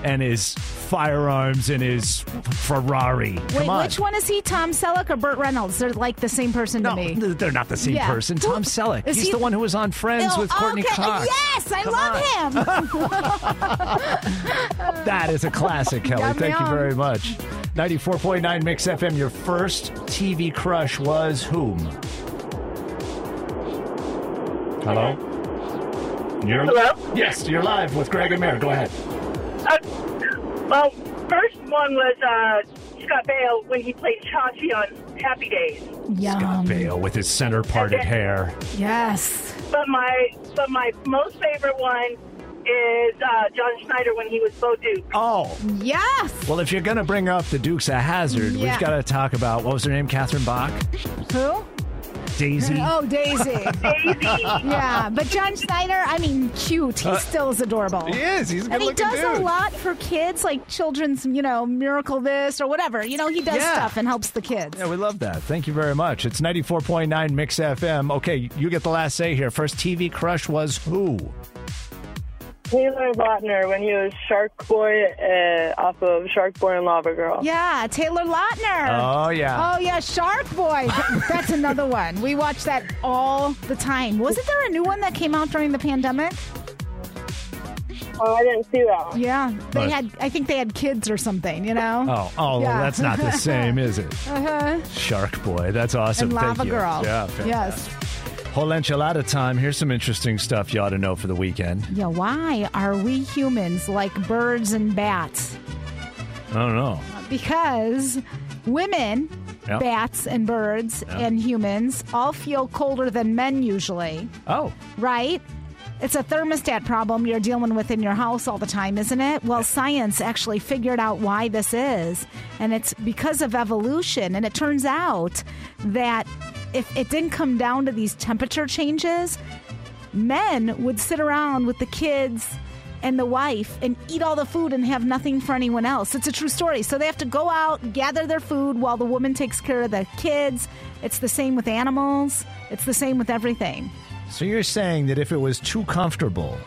Speaker 2: and his firearms and his Ferrari.
Speaker 3: Wait,
Speaker 2: Come on.
Speaker 3: which one is he? Tom Selleck or Burt Reynolds? They're like the same person
Speaker 2: No,
Speaker 3: to me.
Speaker 2: th- they're not the same
Speaker 3: Yeah.
Speaker 2: person.
Speaker 3: Who-
Speaker 2: Tom Selleck.
Speaker 3: is
Speaker 2: He's
Speaker 3: he-
Speaker 2: the one who was on Friends
Speaker 3: Oh,
Speaker 2: with Courtney
Speaker 3: okay.
Speaker 2: Cox.
Speaker 3: Yes, I
Speaker 2: Come on.
Speaker 3: love him.
Speaker 2: That is a classic, Kelly.
Speaker 3: Yum,
Speaker 2: Thank you
Speaker 3: yum.
Speaker 2: very much. 94.9 Mix FM, your first TV crush was whom? Hello? You're,
Speaker 4: Hello?
Speaker 2: Yes, you're live with Greg and Mayor. Go ahead.
Speaker 4: Uh, well, first one was uh, Scott Baio when he played Chachi on Happy Days.
Speaker 3: Yum.
Speaker 2: Bale with his center parted hair.
Speaker 3: Yes.
Speaker 4: But my but my most favorite one is uh, John Schneider when he was Bo Duke.
Speaker 2: Oh,
Speaker 3: Yes.
Speaker 2: well, if you're going to bring up the Dukes of Hazard,
Speaker 3: Yeah.
Speaker 2: we've got to talk about what was her name? Catherine Bach?
Speaker 3: Who?
Speaker 2: Daisy.
Speaker 3: Oh, Daisy.
Speaker 2: Daisy.
Speaker 3: Yeah, but John Steiner, I mean, cute.
Speaker 2: Uh,
Speaker 3: He still is adorable.
Speaker 12: He is. He's a
Speaker 3: And he
Speaker 12: good-looking
Speaker 3: does a
Speaker 12: dude.
Speaker 3: lot for kids, like children's, you know, miracle this or whatever. You know, he does
Speaker 2: Yeah.
Speaker 3: stuff and helps the kids.
Speaker 2: Yeah, we love that. Thank you very much. It's 94.9 Mix FM. Okay, you get the last say here. First TV crush was who?
Speaker 13: Taylor Lautner when he was Shark Boy uh, off of Shark Boy and Lava Girl.
Speaker 3: Yeah, Taylor Lautner.
Speaker 2: Oh, yeah.
Speaker 3: Oh yeah, Shark Boy. That's another one. We watch that all the time. Wasn't there a new one that came out during the pandemic?
Speaker 13: Oh, I didn't see that.
Speaker 3: Yeah, they
Speaker 2: What?
Speaker 3: had. I think they had kids or something. You know.
Speaker 2: Oh, oh, well,
Speaker 3: Yeah.
Speaker 2: that's not the same, is it?
Speaker 3: Uh-huh.
Speaker 2: Shark Boy. That's awesome.
Speaker 3: and
Speaker 2: Thank
Speaker 3: Lava
Speaker 2: you.
Speaker 3: Girl.
Speaker 2: Yeah.
Speaker 3: yes.
Speaker 2: Whole enchilada time. Here's some interesting stuff you ought to know for the weekend.
Speaker 3: Yeah. Why are we humans like birds and bats?
Speaker 2: I don't know.
Speaker 3: Because women,
Speaker 2: Yeah.
Speaker 3: bats and birds
Speaker 2: Yeah.
Speaker 3: and humans all feel colder than men usually.
Speaker 2: Oh.
Speaker 3: right? It's a thermostat problem you're dealing with in your house all the time, isn't it? Well, science actually figured out why this is, and it's because of evolution. And it turns out that if it didn't come down to these temperature changes, men would sit around with the kids and the wife and eat all the food and have nothing for anyone else. It's a true story. So they have to go out, gather their food while the woman takes care of the kids. It's the same with animals, it's the same with everything.
Speaker 2: So you're saying that if it was too comfortable,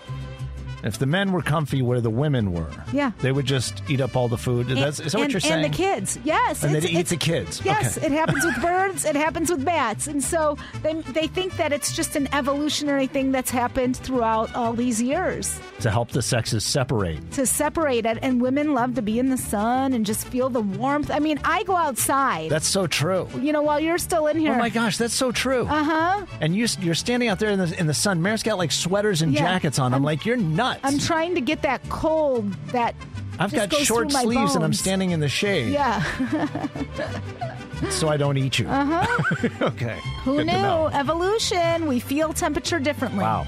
Speaker 2: if the men were comfy where the women were,
Speaker 3: Yeah.
Speaker 2: they would just eat up all the food. That's, is that
Speaker 3: and,
Speaker 2: what you're saying?
Speaker 3: And the kids, yes.
Speaker 2: And they'd
Speaker 3: it's-
Speaker 2: eat
Speaker 3: it's-
Speaker 2: the kids.
Speaker 3: Yes,
Speaker 2: Okay.
Speaker 3: it happens with birds. It happens with bats, and so they they think that it's just an evolutionary thing that's happened throughout all these years
Speaker 2: To help the sexes separate.
Speaker 3: to separate it. And women love to be in the sun and just feel the warmth. I mean, I go outside.
Speaker 2: That's so true.
Speaker 3: you know, while you're still in here.
Speaker 2: Oh my gosh, that's so true.
Speaker 3: Uh huh.
Speaker 2: And you, you're standing out there in the, in the sun. Mare's got like sweaters and
Speaker 3: Yeah.
Speaker 2: jackets on. I'm,
Speaker 3: I'm-
Speaker 2: like, you're nuts.
Speaker 3: I'm trying to get that cold that
Speaker 2: I've got
Speaker 3: just goes
Speaker 2: short
Speaker 3: through my
Speaker 2: sleeves and I'm
Speaker 3: bones.
Speaker 2: standing in the shade
Speaker 3: Yeah.
Speaker 2: so I don't eat you.
Speaker 3: uh huh.
Speaker 2: okay.
Speaker 3: Who
Speaker 2: Good to
Speaker 3: knew?
Speaker 2: know.
Speaker 3: Evolution. We feel temperature differently.
Speaker 2: Wow.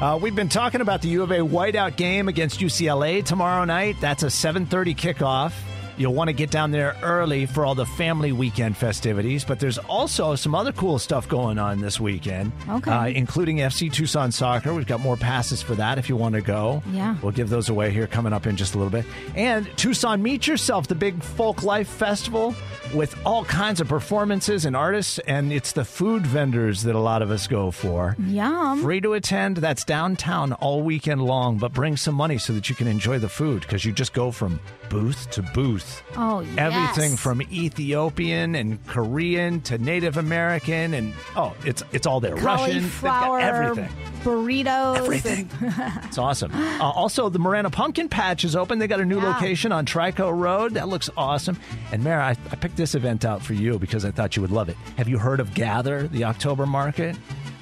Speaker 2: Uh, we've been talking about the U of A whiteout game against UCLA tomorrow night. That's a 7:30 kickoff. You'll want to get down there early for all the family weekend festivities, but there's also some other cool stuff going on this weekend,
Speaker 14: Okay.
Speaker 2: uh, including FC Tucson Soccer. We've got more passes for that if you want to go.
Speaker 14: Yeah.
Speaker 2: We'll give those away here coming up in just a little bit. And Tucson Meet Yourself, the big folk life festival with all kinds of performances and artists. And it's the food vendors that a lot of us go for.
Speaker 3: Yum.
Speaker 2: Free to attend. That's downtown all weekend long, but bring some money so that you can enjoy the food because you just go from booth to booth.
Speaker 3: Oh, yes.
Speaker 2: Everything from Ethiopian and Korean to Native American and oh, it's it's all there. Russian, they've got
Speaker 3: cauliflower,
Speaker 2: everything.
Speaker 3: burritos,
Speaker 2: Everything.
Speaker 3: and-
Speaker 2: It's awesome. Uh, also, the Marana Pumpkin Patch is open. They got a new
Speaker 3: Yeah.
Speaker 2: location on Trico Road. That looks awesome. And Mara, I, I picked this event out for you because I thought you would love it. Have you heard of Gather, the October market?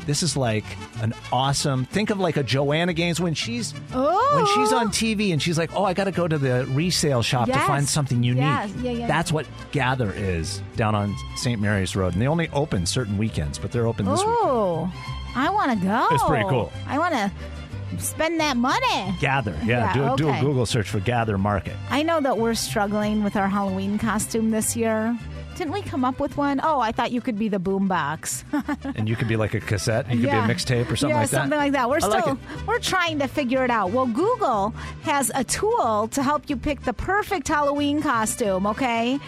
Speaker 2: This is like an awesome. Think of like a Joanna Gaines when she's when she's on TV and she's like, "Oh, I got to go to the resale shop to
Speaker 14: Yes.
Speaker 2: find something unique."
Speaker 14: Yes. Yeah, yeah,
Speaker 2: That's what Gather is down on St. Mary's Road, and they only open certain weekends, but they're open this week.
Speaker 14: Oh.
Speaker 3: Ooh, Oh, I want to go.
Speaker 2: It's pretty cool.
Speaker 3: I want to spend that money.
Speaker 2: Gather, yeah.
Speaker 3: Yeah,
Speaker 2: do, do a
Speaker 3: okay.
Speaker 2: Google search for Gather Market.
Speaker 3: I know that we're struggling with our Halloween costume this year. Didn't we come up with one? Oh, I thought you could be the boombox.
Speaker 2: and you could be like a cassette. You could
Speaker 3: yeah.
Speaker 2: be a mixtape or something
Speaker 3: yeah,
Speaker 2: like that.
Speaker 3: something like that. We're
Speaker 2: I like
Speaker 3: still
Speaker 2: it.
Speaker 3: we're trying to figure it out. Well, Google has a tool to help you pick the perfect Halloween costume. Okay.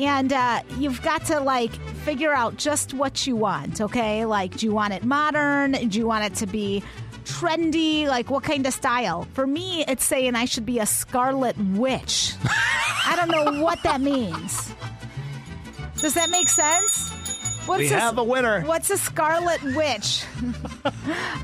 Speaker 3: And uh, you've got to like figure out just what you want, okay? Like, do you want it modern? Do you want it to be trendy? Like, what kind of style? For me, it's saying I should be a Scarlet Witch. I don't know what that means. Does that make sense?
Speaker 2: We
Speaker 3: a-
Speaker 2: have a winner.
Speaker 3: What's a Scarlet Witch?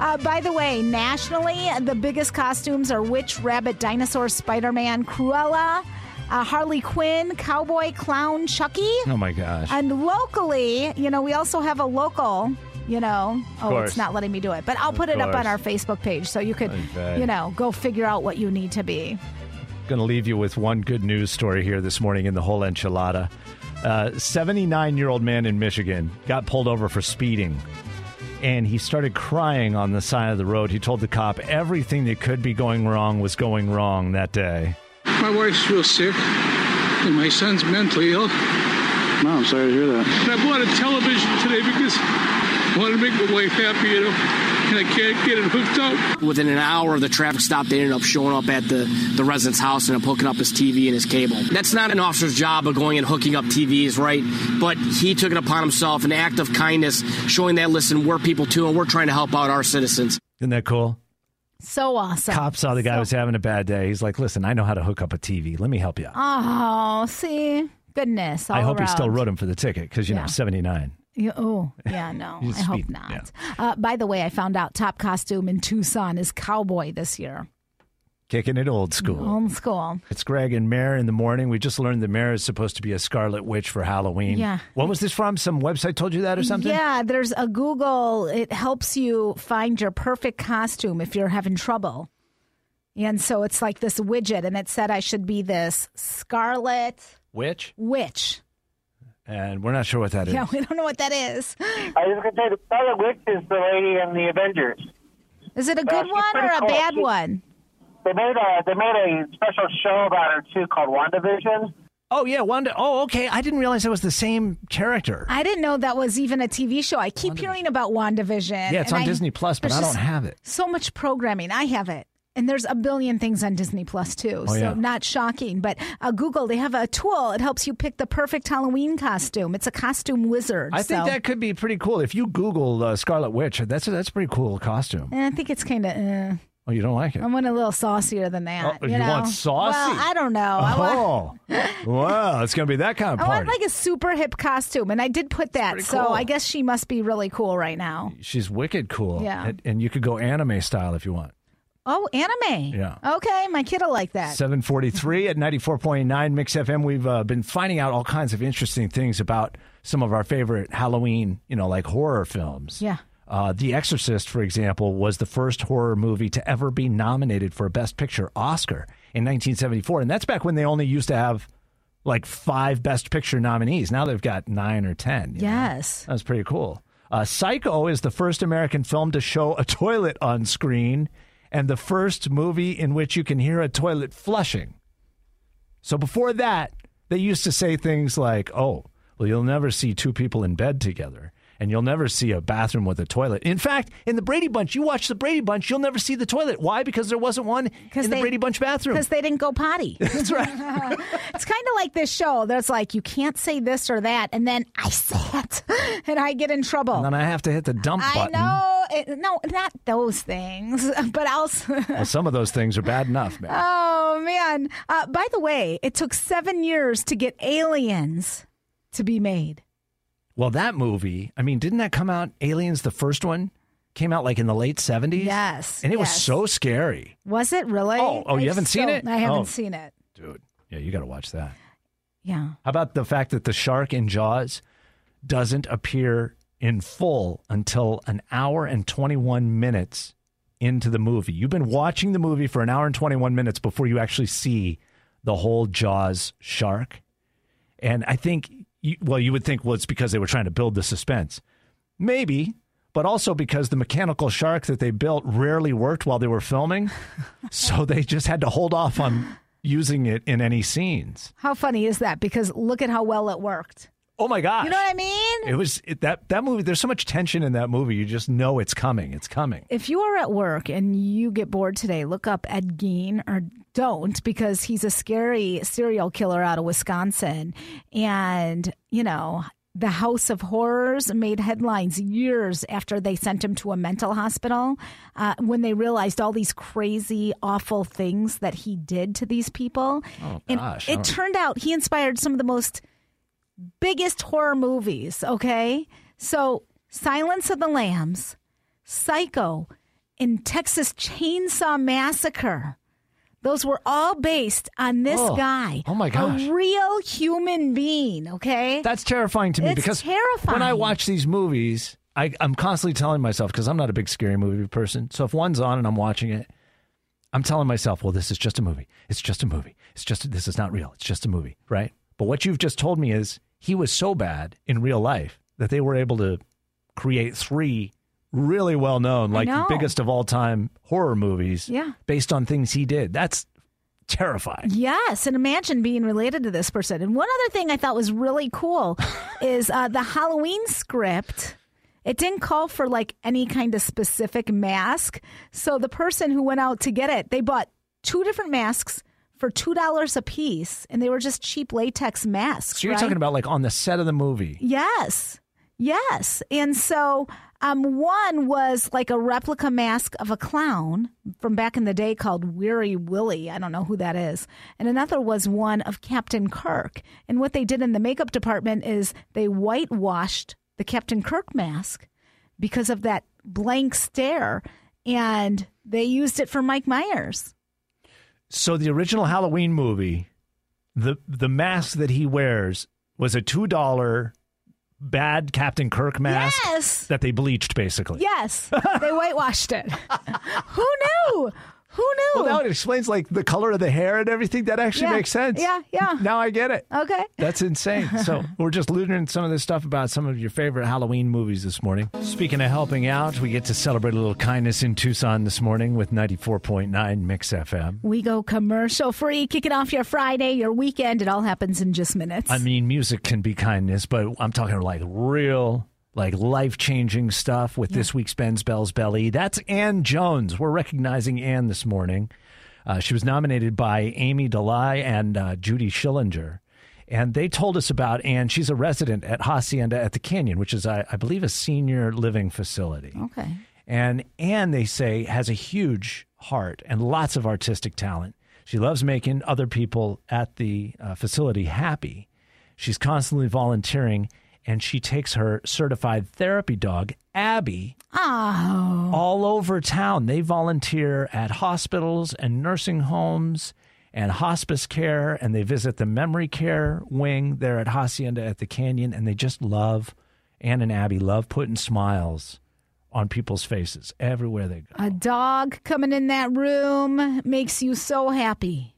Speaker 3: Uh, by the way, nationally, the biggest costumes are Witch, Rabbit, Dinosaur, Spider Man, Cruella, uh, Harley Quinn, Cowboy, Clown, Chucky.
Speaker 2: Oh my gosh.
Speaker 3: And locally, you know, we also have a local. You know, oh,
Speaker 2: course.
Speaker 3: it's not letting me do it, but I'll
Speaker 2: Of
Speaker 3: put it up
Speaker 2: course.
Speaker 3: on our Facebook page so you could,
Speaker 2: Okay.
Speaker 3: you know, go figure out what you need to be.
Speaker 2: Going to leave you with one good news story here this morning in the whole enchilada. Uh, 79 year old man in Michigan got pulled over for speeding and he started crying on the side of the road. He told the cop everything that could be going wrong was going wrong that day.
Speaker 15: My wife's real sick, and my son's mentally ill.
Speaker 16: No, I'm sorry to hear that.
Speaker 15: And I bought a television today because want to make my wife happy, you know, and I can't get it hooked up.
Speaker 12: Within an hour of the traffic stop, they ended up showing up at the, the resident's house and up hooking up his TV and his cable. That's not an officer's job of going and hooking up TVs, right? But he took it upon himself, an act of kindness, showing that, listen, we're people too, and we're trying to help out our citizens.
Speaker 2: Isn't that cool?
Speaker 3: So awesome.
Speaker 2: Cop saw the guy was having a bad day. He's like, listen, I know how to hook up a TV. Let me help you out.
Speaker 3: Oh, see, goodness. All
Speaker 2: I hope he still
Speaker 3: around.
Speaker 2: wrote him for the ticket because, you
Speaker 3: Yeah.
Speaker 2: know, 79.
Speaker 3: Yeah, oh, yeah, no.
Speaker 2: You
Speaker 3: I hope
Speaker 2: speak-
Speaker 3: not. Uh, by the way, I found out top costume in Tucson is cowboy this year.
Speaker 2: Kicking it old school.
Speaker 3: Home school.
Speaker 2: It's Greg and Mare in the morning. We just learned the Mare is supposed to be a Scarlet Witch for Halloween.
Speaker 3: Yeah.
Speaker 2: What was this from? Some website told you that or something?
Speaker 3: Yeah, there's a Google. It helps you find your perfect costume if you're having trouble. And so it's like this widget, and it said I should be this scarlet
Speaker 2: Witch?
Speaker 3: witch.
Speaker 2: And we're not sure what that is.
Speaker 3: Yeah, we don't know what that is.
Speaker 14: I was going to say the Scarlet Witch is the lady in the Avengers.
Speaker 3: Is it a
Speaker 14: Uh,
Speaker 3: good
Speaker 14: she's
Speaker 3: one or
Speaker 14: pretty
Speaker 3: a
Speaker 14: cool.
Speaker 3: bad
Speaker 14: She-
Speaker 3: one?
Speaker 14: They made a they made a special show about her too called WandaVision.
Speaker 2: Oh, yeah. Wanda. Oh, okay. I didn't realize it was the same character.
Speaker 3: I didn't know that was even a TV show. I keep hearing about WandaVision.
Speaker 2: Yeah, it's
Speaker 3: and
Speaker 2: on
Speaker 3: I-
Speaker 2: Disney Plus, but
Speaker 3: there's
Speaker 2: I don't
Speaker 3: just
Speaker 2: have it.
Speaker 3: So much programming. I have it. And there's a billion things on Disney Plus too.
Speaker 2: Oh,
Speaker 3: so
Speaker 2: yeah.
Speaker 3: not shocking. But uh, Google, they have a tool. It helps you pick the perfect Halloween costume. It's a costume wizard.
Speaker 2: I think
Speaker 3: so-
Speaker 2: that could be pretty cool. If you Google uh, Scarlet Witch, that's a, that's a pretty cool costume.
Speaker 3: Eh, I think it's kind of. Uh,
Speaker 2: Oh, you don't like it?
Speaker 3: I want a little saucier than that.
Speaker 2: Oh, you want
Speaker 3: know?
Speaker 2: saucy?
Speaker 3: Well, I don't know. I want,
Speaker 2: Oh, wow! It's gonna be that kind of
Speaker 3: I
Speaker 2: party.
Speaker 3: want like a super hip costume, and I did put that. So
Speaker 2: cool.
Speaker 3: I guess she must be really cool right now.
Speaker 2: She's wicked cool.
Speaker 3: Yeah.
Speaker 2: and, and you could go anime style if you want.
Speaker 3: Oh, anime.
Speaker 2: Yeah.
Speaker 3: Okay, my kid'll like that.
Speaker 2: 743 at 94.9 Mix FM. We've uh, been finding out all kinds of interesting things about some of our favorite Halloween, you know, like horror films.
Speaker 3: Yeah.
Speaker 2: Uh, the Exorcist, for example, was the first horror movie to ever be nominated for a Best Picture Oscar in 1974. And that's back when they only used to have like five Best Picture nominees. Now they've got nine or 10. you know?
Speaker 3: Yes.
Speaker 2: That's pretty cool. Uh, Psycho is the first American film to show a toilet on screen and the first movie in which you can hear a toilet flushing. So before that, they used to say things like, oh, well, you'll never see two people in bed together. And you'll never see a bathroom with a toilet. In fact, in the Brady Bunch, you watch the Brady Bunch, you'll never see the toilet. Why? Because there wasn't one in the
Speaker 3: they-
Speaker 2: Brady Bunch bathroom.
Speaker 3: Because they didn't go potty. That's
Speaker 2: right.
Speaker 3: it's kind of like this show that's like, you can't say this or that. And then I say it and I get in trouble.
Speaker 2: And then I have to hit the dump
Speaker 3: I
Speaker 2: button.
Speaker 3: know. It, no, not those things, but also.
Speaker 2: Well, some of those things are bad enough, man.
Speaker 3: oh, man. Uh, by the way, it took seven years to get aliens to be made.
Speaker 2: Well, that movie, I mean, didn't that come out? Aliens, the first one, came out like in the late 70s?
Speaker 3: Yes,
Speaker 2: And it was
Speaker 3: yes.
Speaker 2: so scary.
Speaker 3: Was it really?
Speaker 2: Oh, oh, you haven't seen
Speaker 3: still-
Speaker 2: it?
Speaker 3: I haven't
Speaker 2: Oh.
Speaker 3: seen it.
Speaker 2: Dude, yeah, you got to watch that.
Speaker 3: Yeah.
Speaker 2: How about the fact that the shark in Jaws doesn't appear in full until an hour and 21 minutes into the movie? You've been watching the movie for an hour and 21 minutes before you actually see the whole Jaws shark. And I think, you, well, you would think, well, it's because they were trying to build the suspense. Maybe, but also because the mechanical shark that they built rarely worked while they were filming. so they just had to hold off on using it in any scenes.
Speaker 3: How funny is that? Because look at how well it worked.
Speaker 2: Oh my gosh.
Speaker 3: You know what I mean?
Speaker 2: It was it, that that movie. There's so much tension in that movie. You just know it's coming. It's coming.
Speaker 3: If you are at work and you get bored today, look up Ed Gein or don't because he's a scary serial killer out of Wisconsin. And, you know, the House of Horrors made headlines years after they sent him to a mental hospital uh, when they realized all these crazy, awful things that he did to these people.
Speaker 2: Oh, gosh.
Speaker 3: And
Speaker 2: Oh.
Speaker 3: it turned out he inspired some of the most biggest horror movies, okay? So, Silence of the Lambs, Psycho, and Texas Chainsaw Massacre. Those were all based on this
Speaker 2: Oh.
Speaker 3: guy.
Speaker 2: Oh, my gosh.
Speaker 3: A real human being, okay?
Speaker 2: That's terrifying to me
Speaker 3: It's
Speaker 2: because when I
Speaker 3: terrifying.
Speaker 2: watch these movies, I, I'm constantly telling myself because I'm not a big scary movie person. So if one's on and I'm watching it, I'm telling myself, well, this is just a movie. It's just a movie. It's just this is not real. It's just a movie, right? But what you've just told me is he was so bad in real life that they were able to create three really well known,
Speaker 3: I
Speaker 2: like
Speaker 3: know.
Speaker 2: biggest of all time horror movies,
Speaker 3: Yeah.
Speaker 2: based on things he did. That's terrifying.
Speaker 3: Yes, and imagine being related to this person. And one other thing I thought was really cool is uh, the Halloween script. It didn't call for like any kind of specific mask. So the person who went out to get it, they bought two different masks for $2 a piece and they were just cheap latex masks.
Speaker 2: So you're
Speaker 3: right?
Speaker 2: talking about like on the set of the movie.
Speaker 3: Yes. Yes. And so um, one was like a replica mask of a clown from back in the day called Weary Willie. I don't know who that is. And another was one of Captain Kirk. And what they did in the makeup department is they whitewashed the Captain Kirk mask because of that blank stare. And they used it for Mike Myers.
Speaker 2: So the original Halloween movie, the the mask that he wears was a two dollar bad Captain Kirk mask
Speaker 3: Yes.
Speaker 2: that they bleached basically.
Speaker 3: Yes, they whitewashed it. Who knew? Who knew?
Speaker 2: Well, now it explains like the color of the hair and everything. That actually
Speaker 3: Yeah.
Speaker 2: makes sense.
Speaker 3: Yeah, yeah.
Speaker 2: Now I get it.
Speaker 3: Okay.
Speaker 2: That's insane. So we're just learning some of this stuff about some of your favorite Halloween movies this morning. Speaking of helping out, we get to celebrate a little kindness in Tucson this morning with 94.9 Mix FM.
Speaker 3: We go commercial free, kicking off your Friday, your weekend. It all happens in just minutes.
Speaker 2: I mean, music can be kindness, but I'm talking like real, like life changing stuff with this week's Ben's Bell's Belly. That's Ann Jones. We're recognizing Ann this morning. Uh, she was nominated by Amy Delay and uh, Judy Schillinger. And they told us about Ann. She's a resident at Hacienda at the Canyon, which is, I, I believe, a senior living facility.
Speaker 3: okay.
Speaker 2: And Anne, they say, has a huge heart and lots of artistic talent. She loves making other people at the uh, facility happy. She's constantly volunteering, and she takes her certified therapy dog, Abby,
Speaker 3: Oh.
Speaker 2: all over town. They volunteer at hospitals and nursing homes and hospice care, and they visit the memory care wing there at Hacienda at the Canyon, and they just love, Ann and Abby love putting smiles on people's faces everywhere they go.
Speaker 3: A dog coming in that room makes you so happy.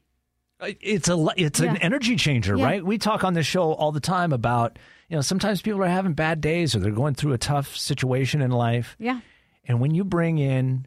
Speaker 2: Uh, It's a li- it's an
Speaker 3: Yeah.
Speaker 2: energy changer,
Speaker 3: Yeah.
Speaker 2: right? We talk on this show all the time about, you know, sometimes people are having bad days or they're going through a tough situation in life.
Speaker 3: Yeah.
Speaker 2: And when you bring in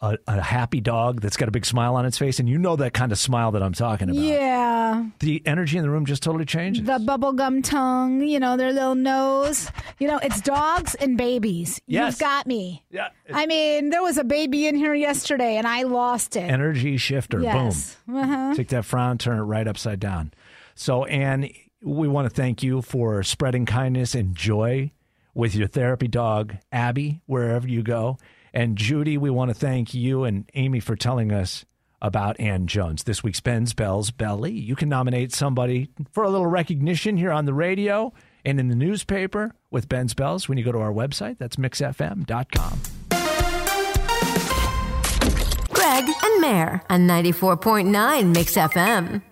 Speaker 2: a, a happy dog that's got a big smile on its face, and you know that kind of smile that I'm talking about,
Speaker 3: Yeah.
Speaker 2: the energy in the room just totally changes.
Speaker 3: The bubblegum tongue, you know, their little nose. You know, it's dogs and babies.
Speaker 2: Yes.
Speaker 3: You've got me.
Speaker 2: Yeah.
Speaker 3: I mean, there was a baby in here yesterday and I lost it.
Speaker 2: Energy shifter.
Speaker 3: yes.
Speaker 2: Boom.
Speaker 3: Uh-huh.
Speaker 2: Take that frown, turn it right upside down. So, Anne, we want to thank you for spreading kindness and joy with your therapy dog, Abby, wherever you go. And Judy, we want to thank you and Amy for telling us about Ann Jones. This week's Ben's Bell's Belly. You can nominate somebody for a little recognition here on the radio and in the newspaper with Ben's Bells when you go to our website. That's mixfm.com.
Speaker 1: Greg and Mayor on 94.9 Mix FM.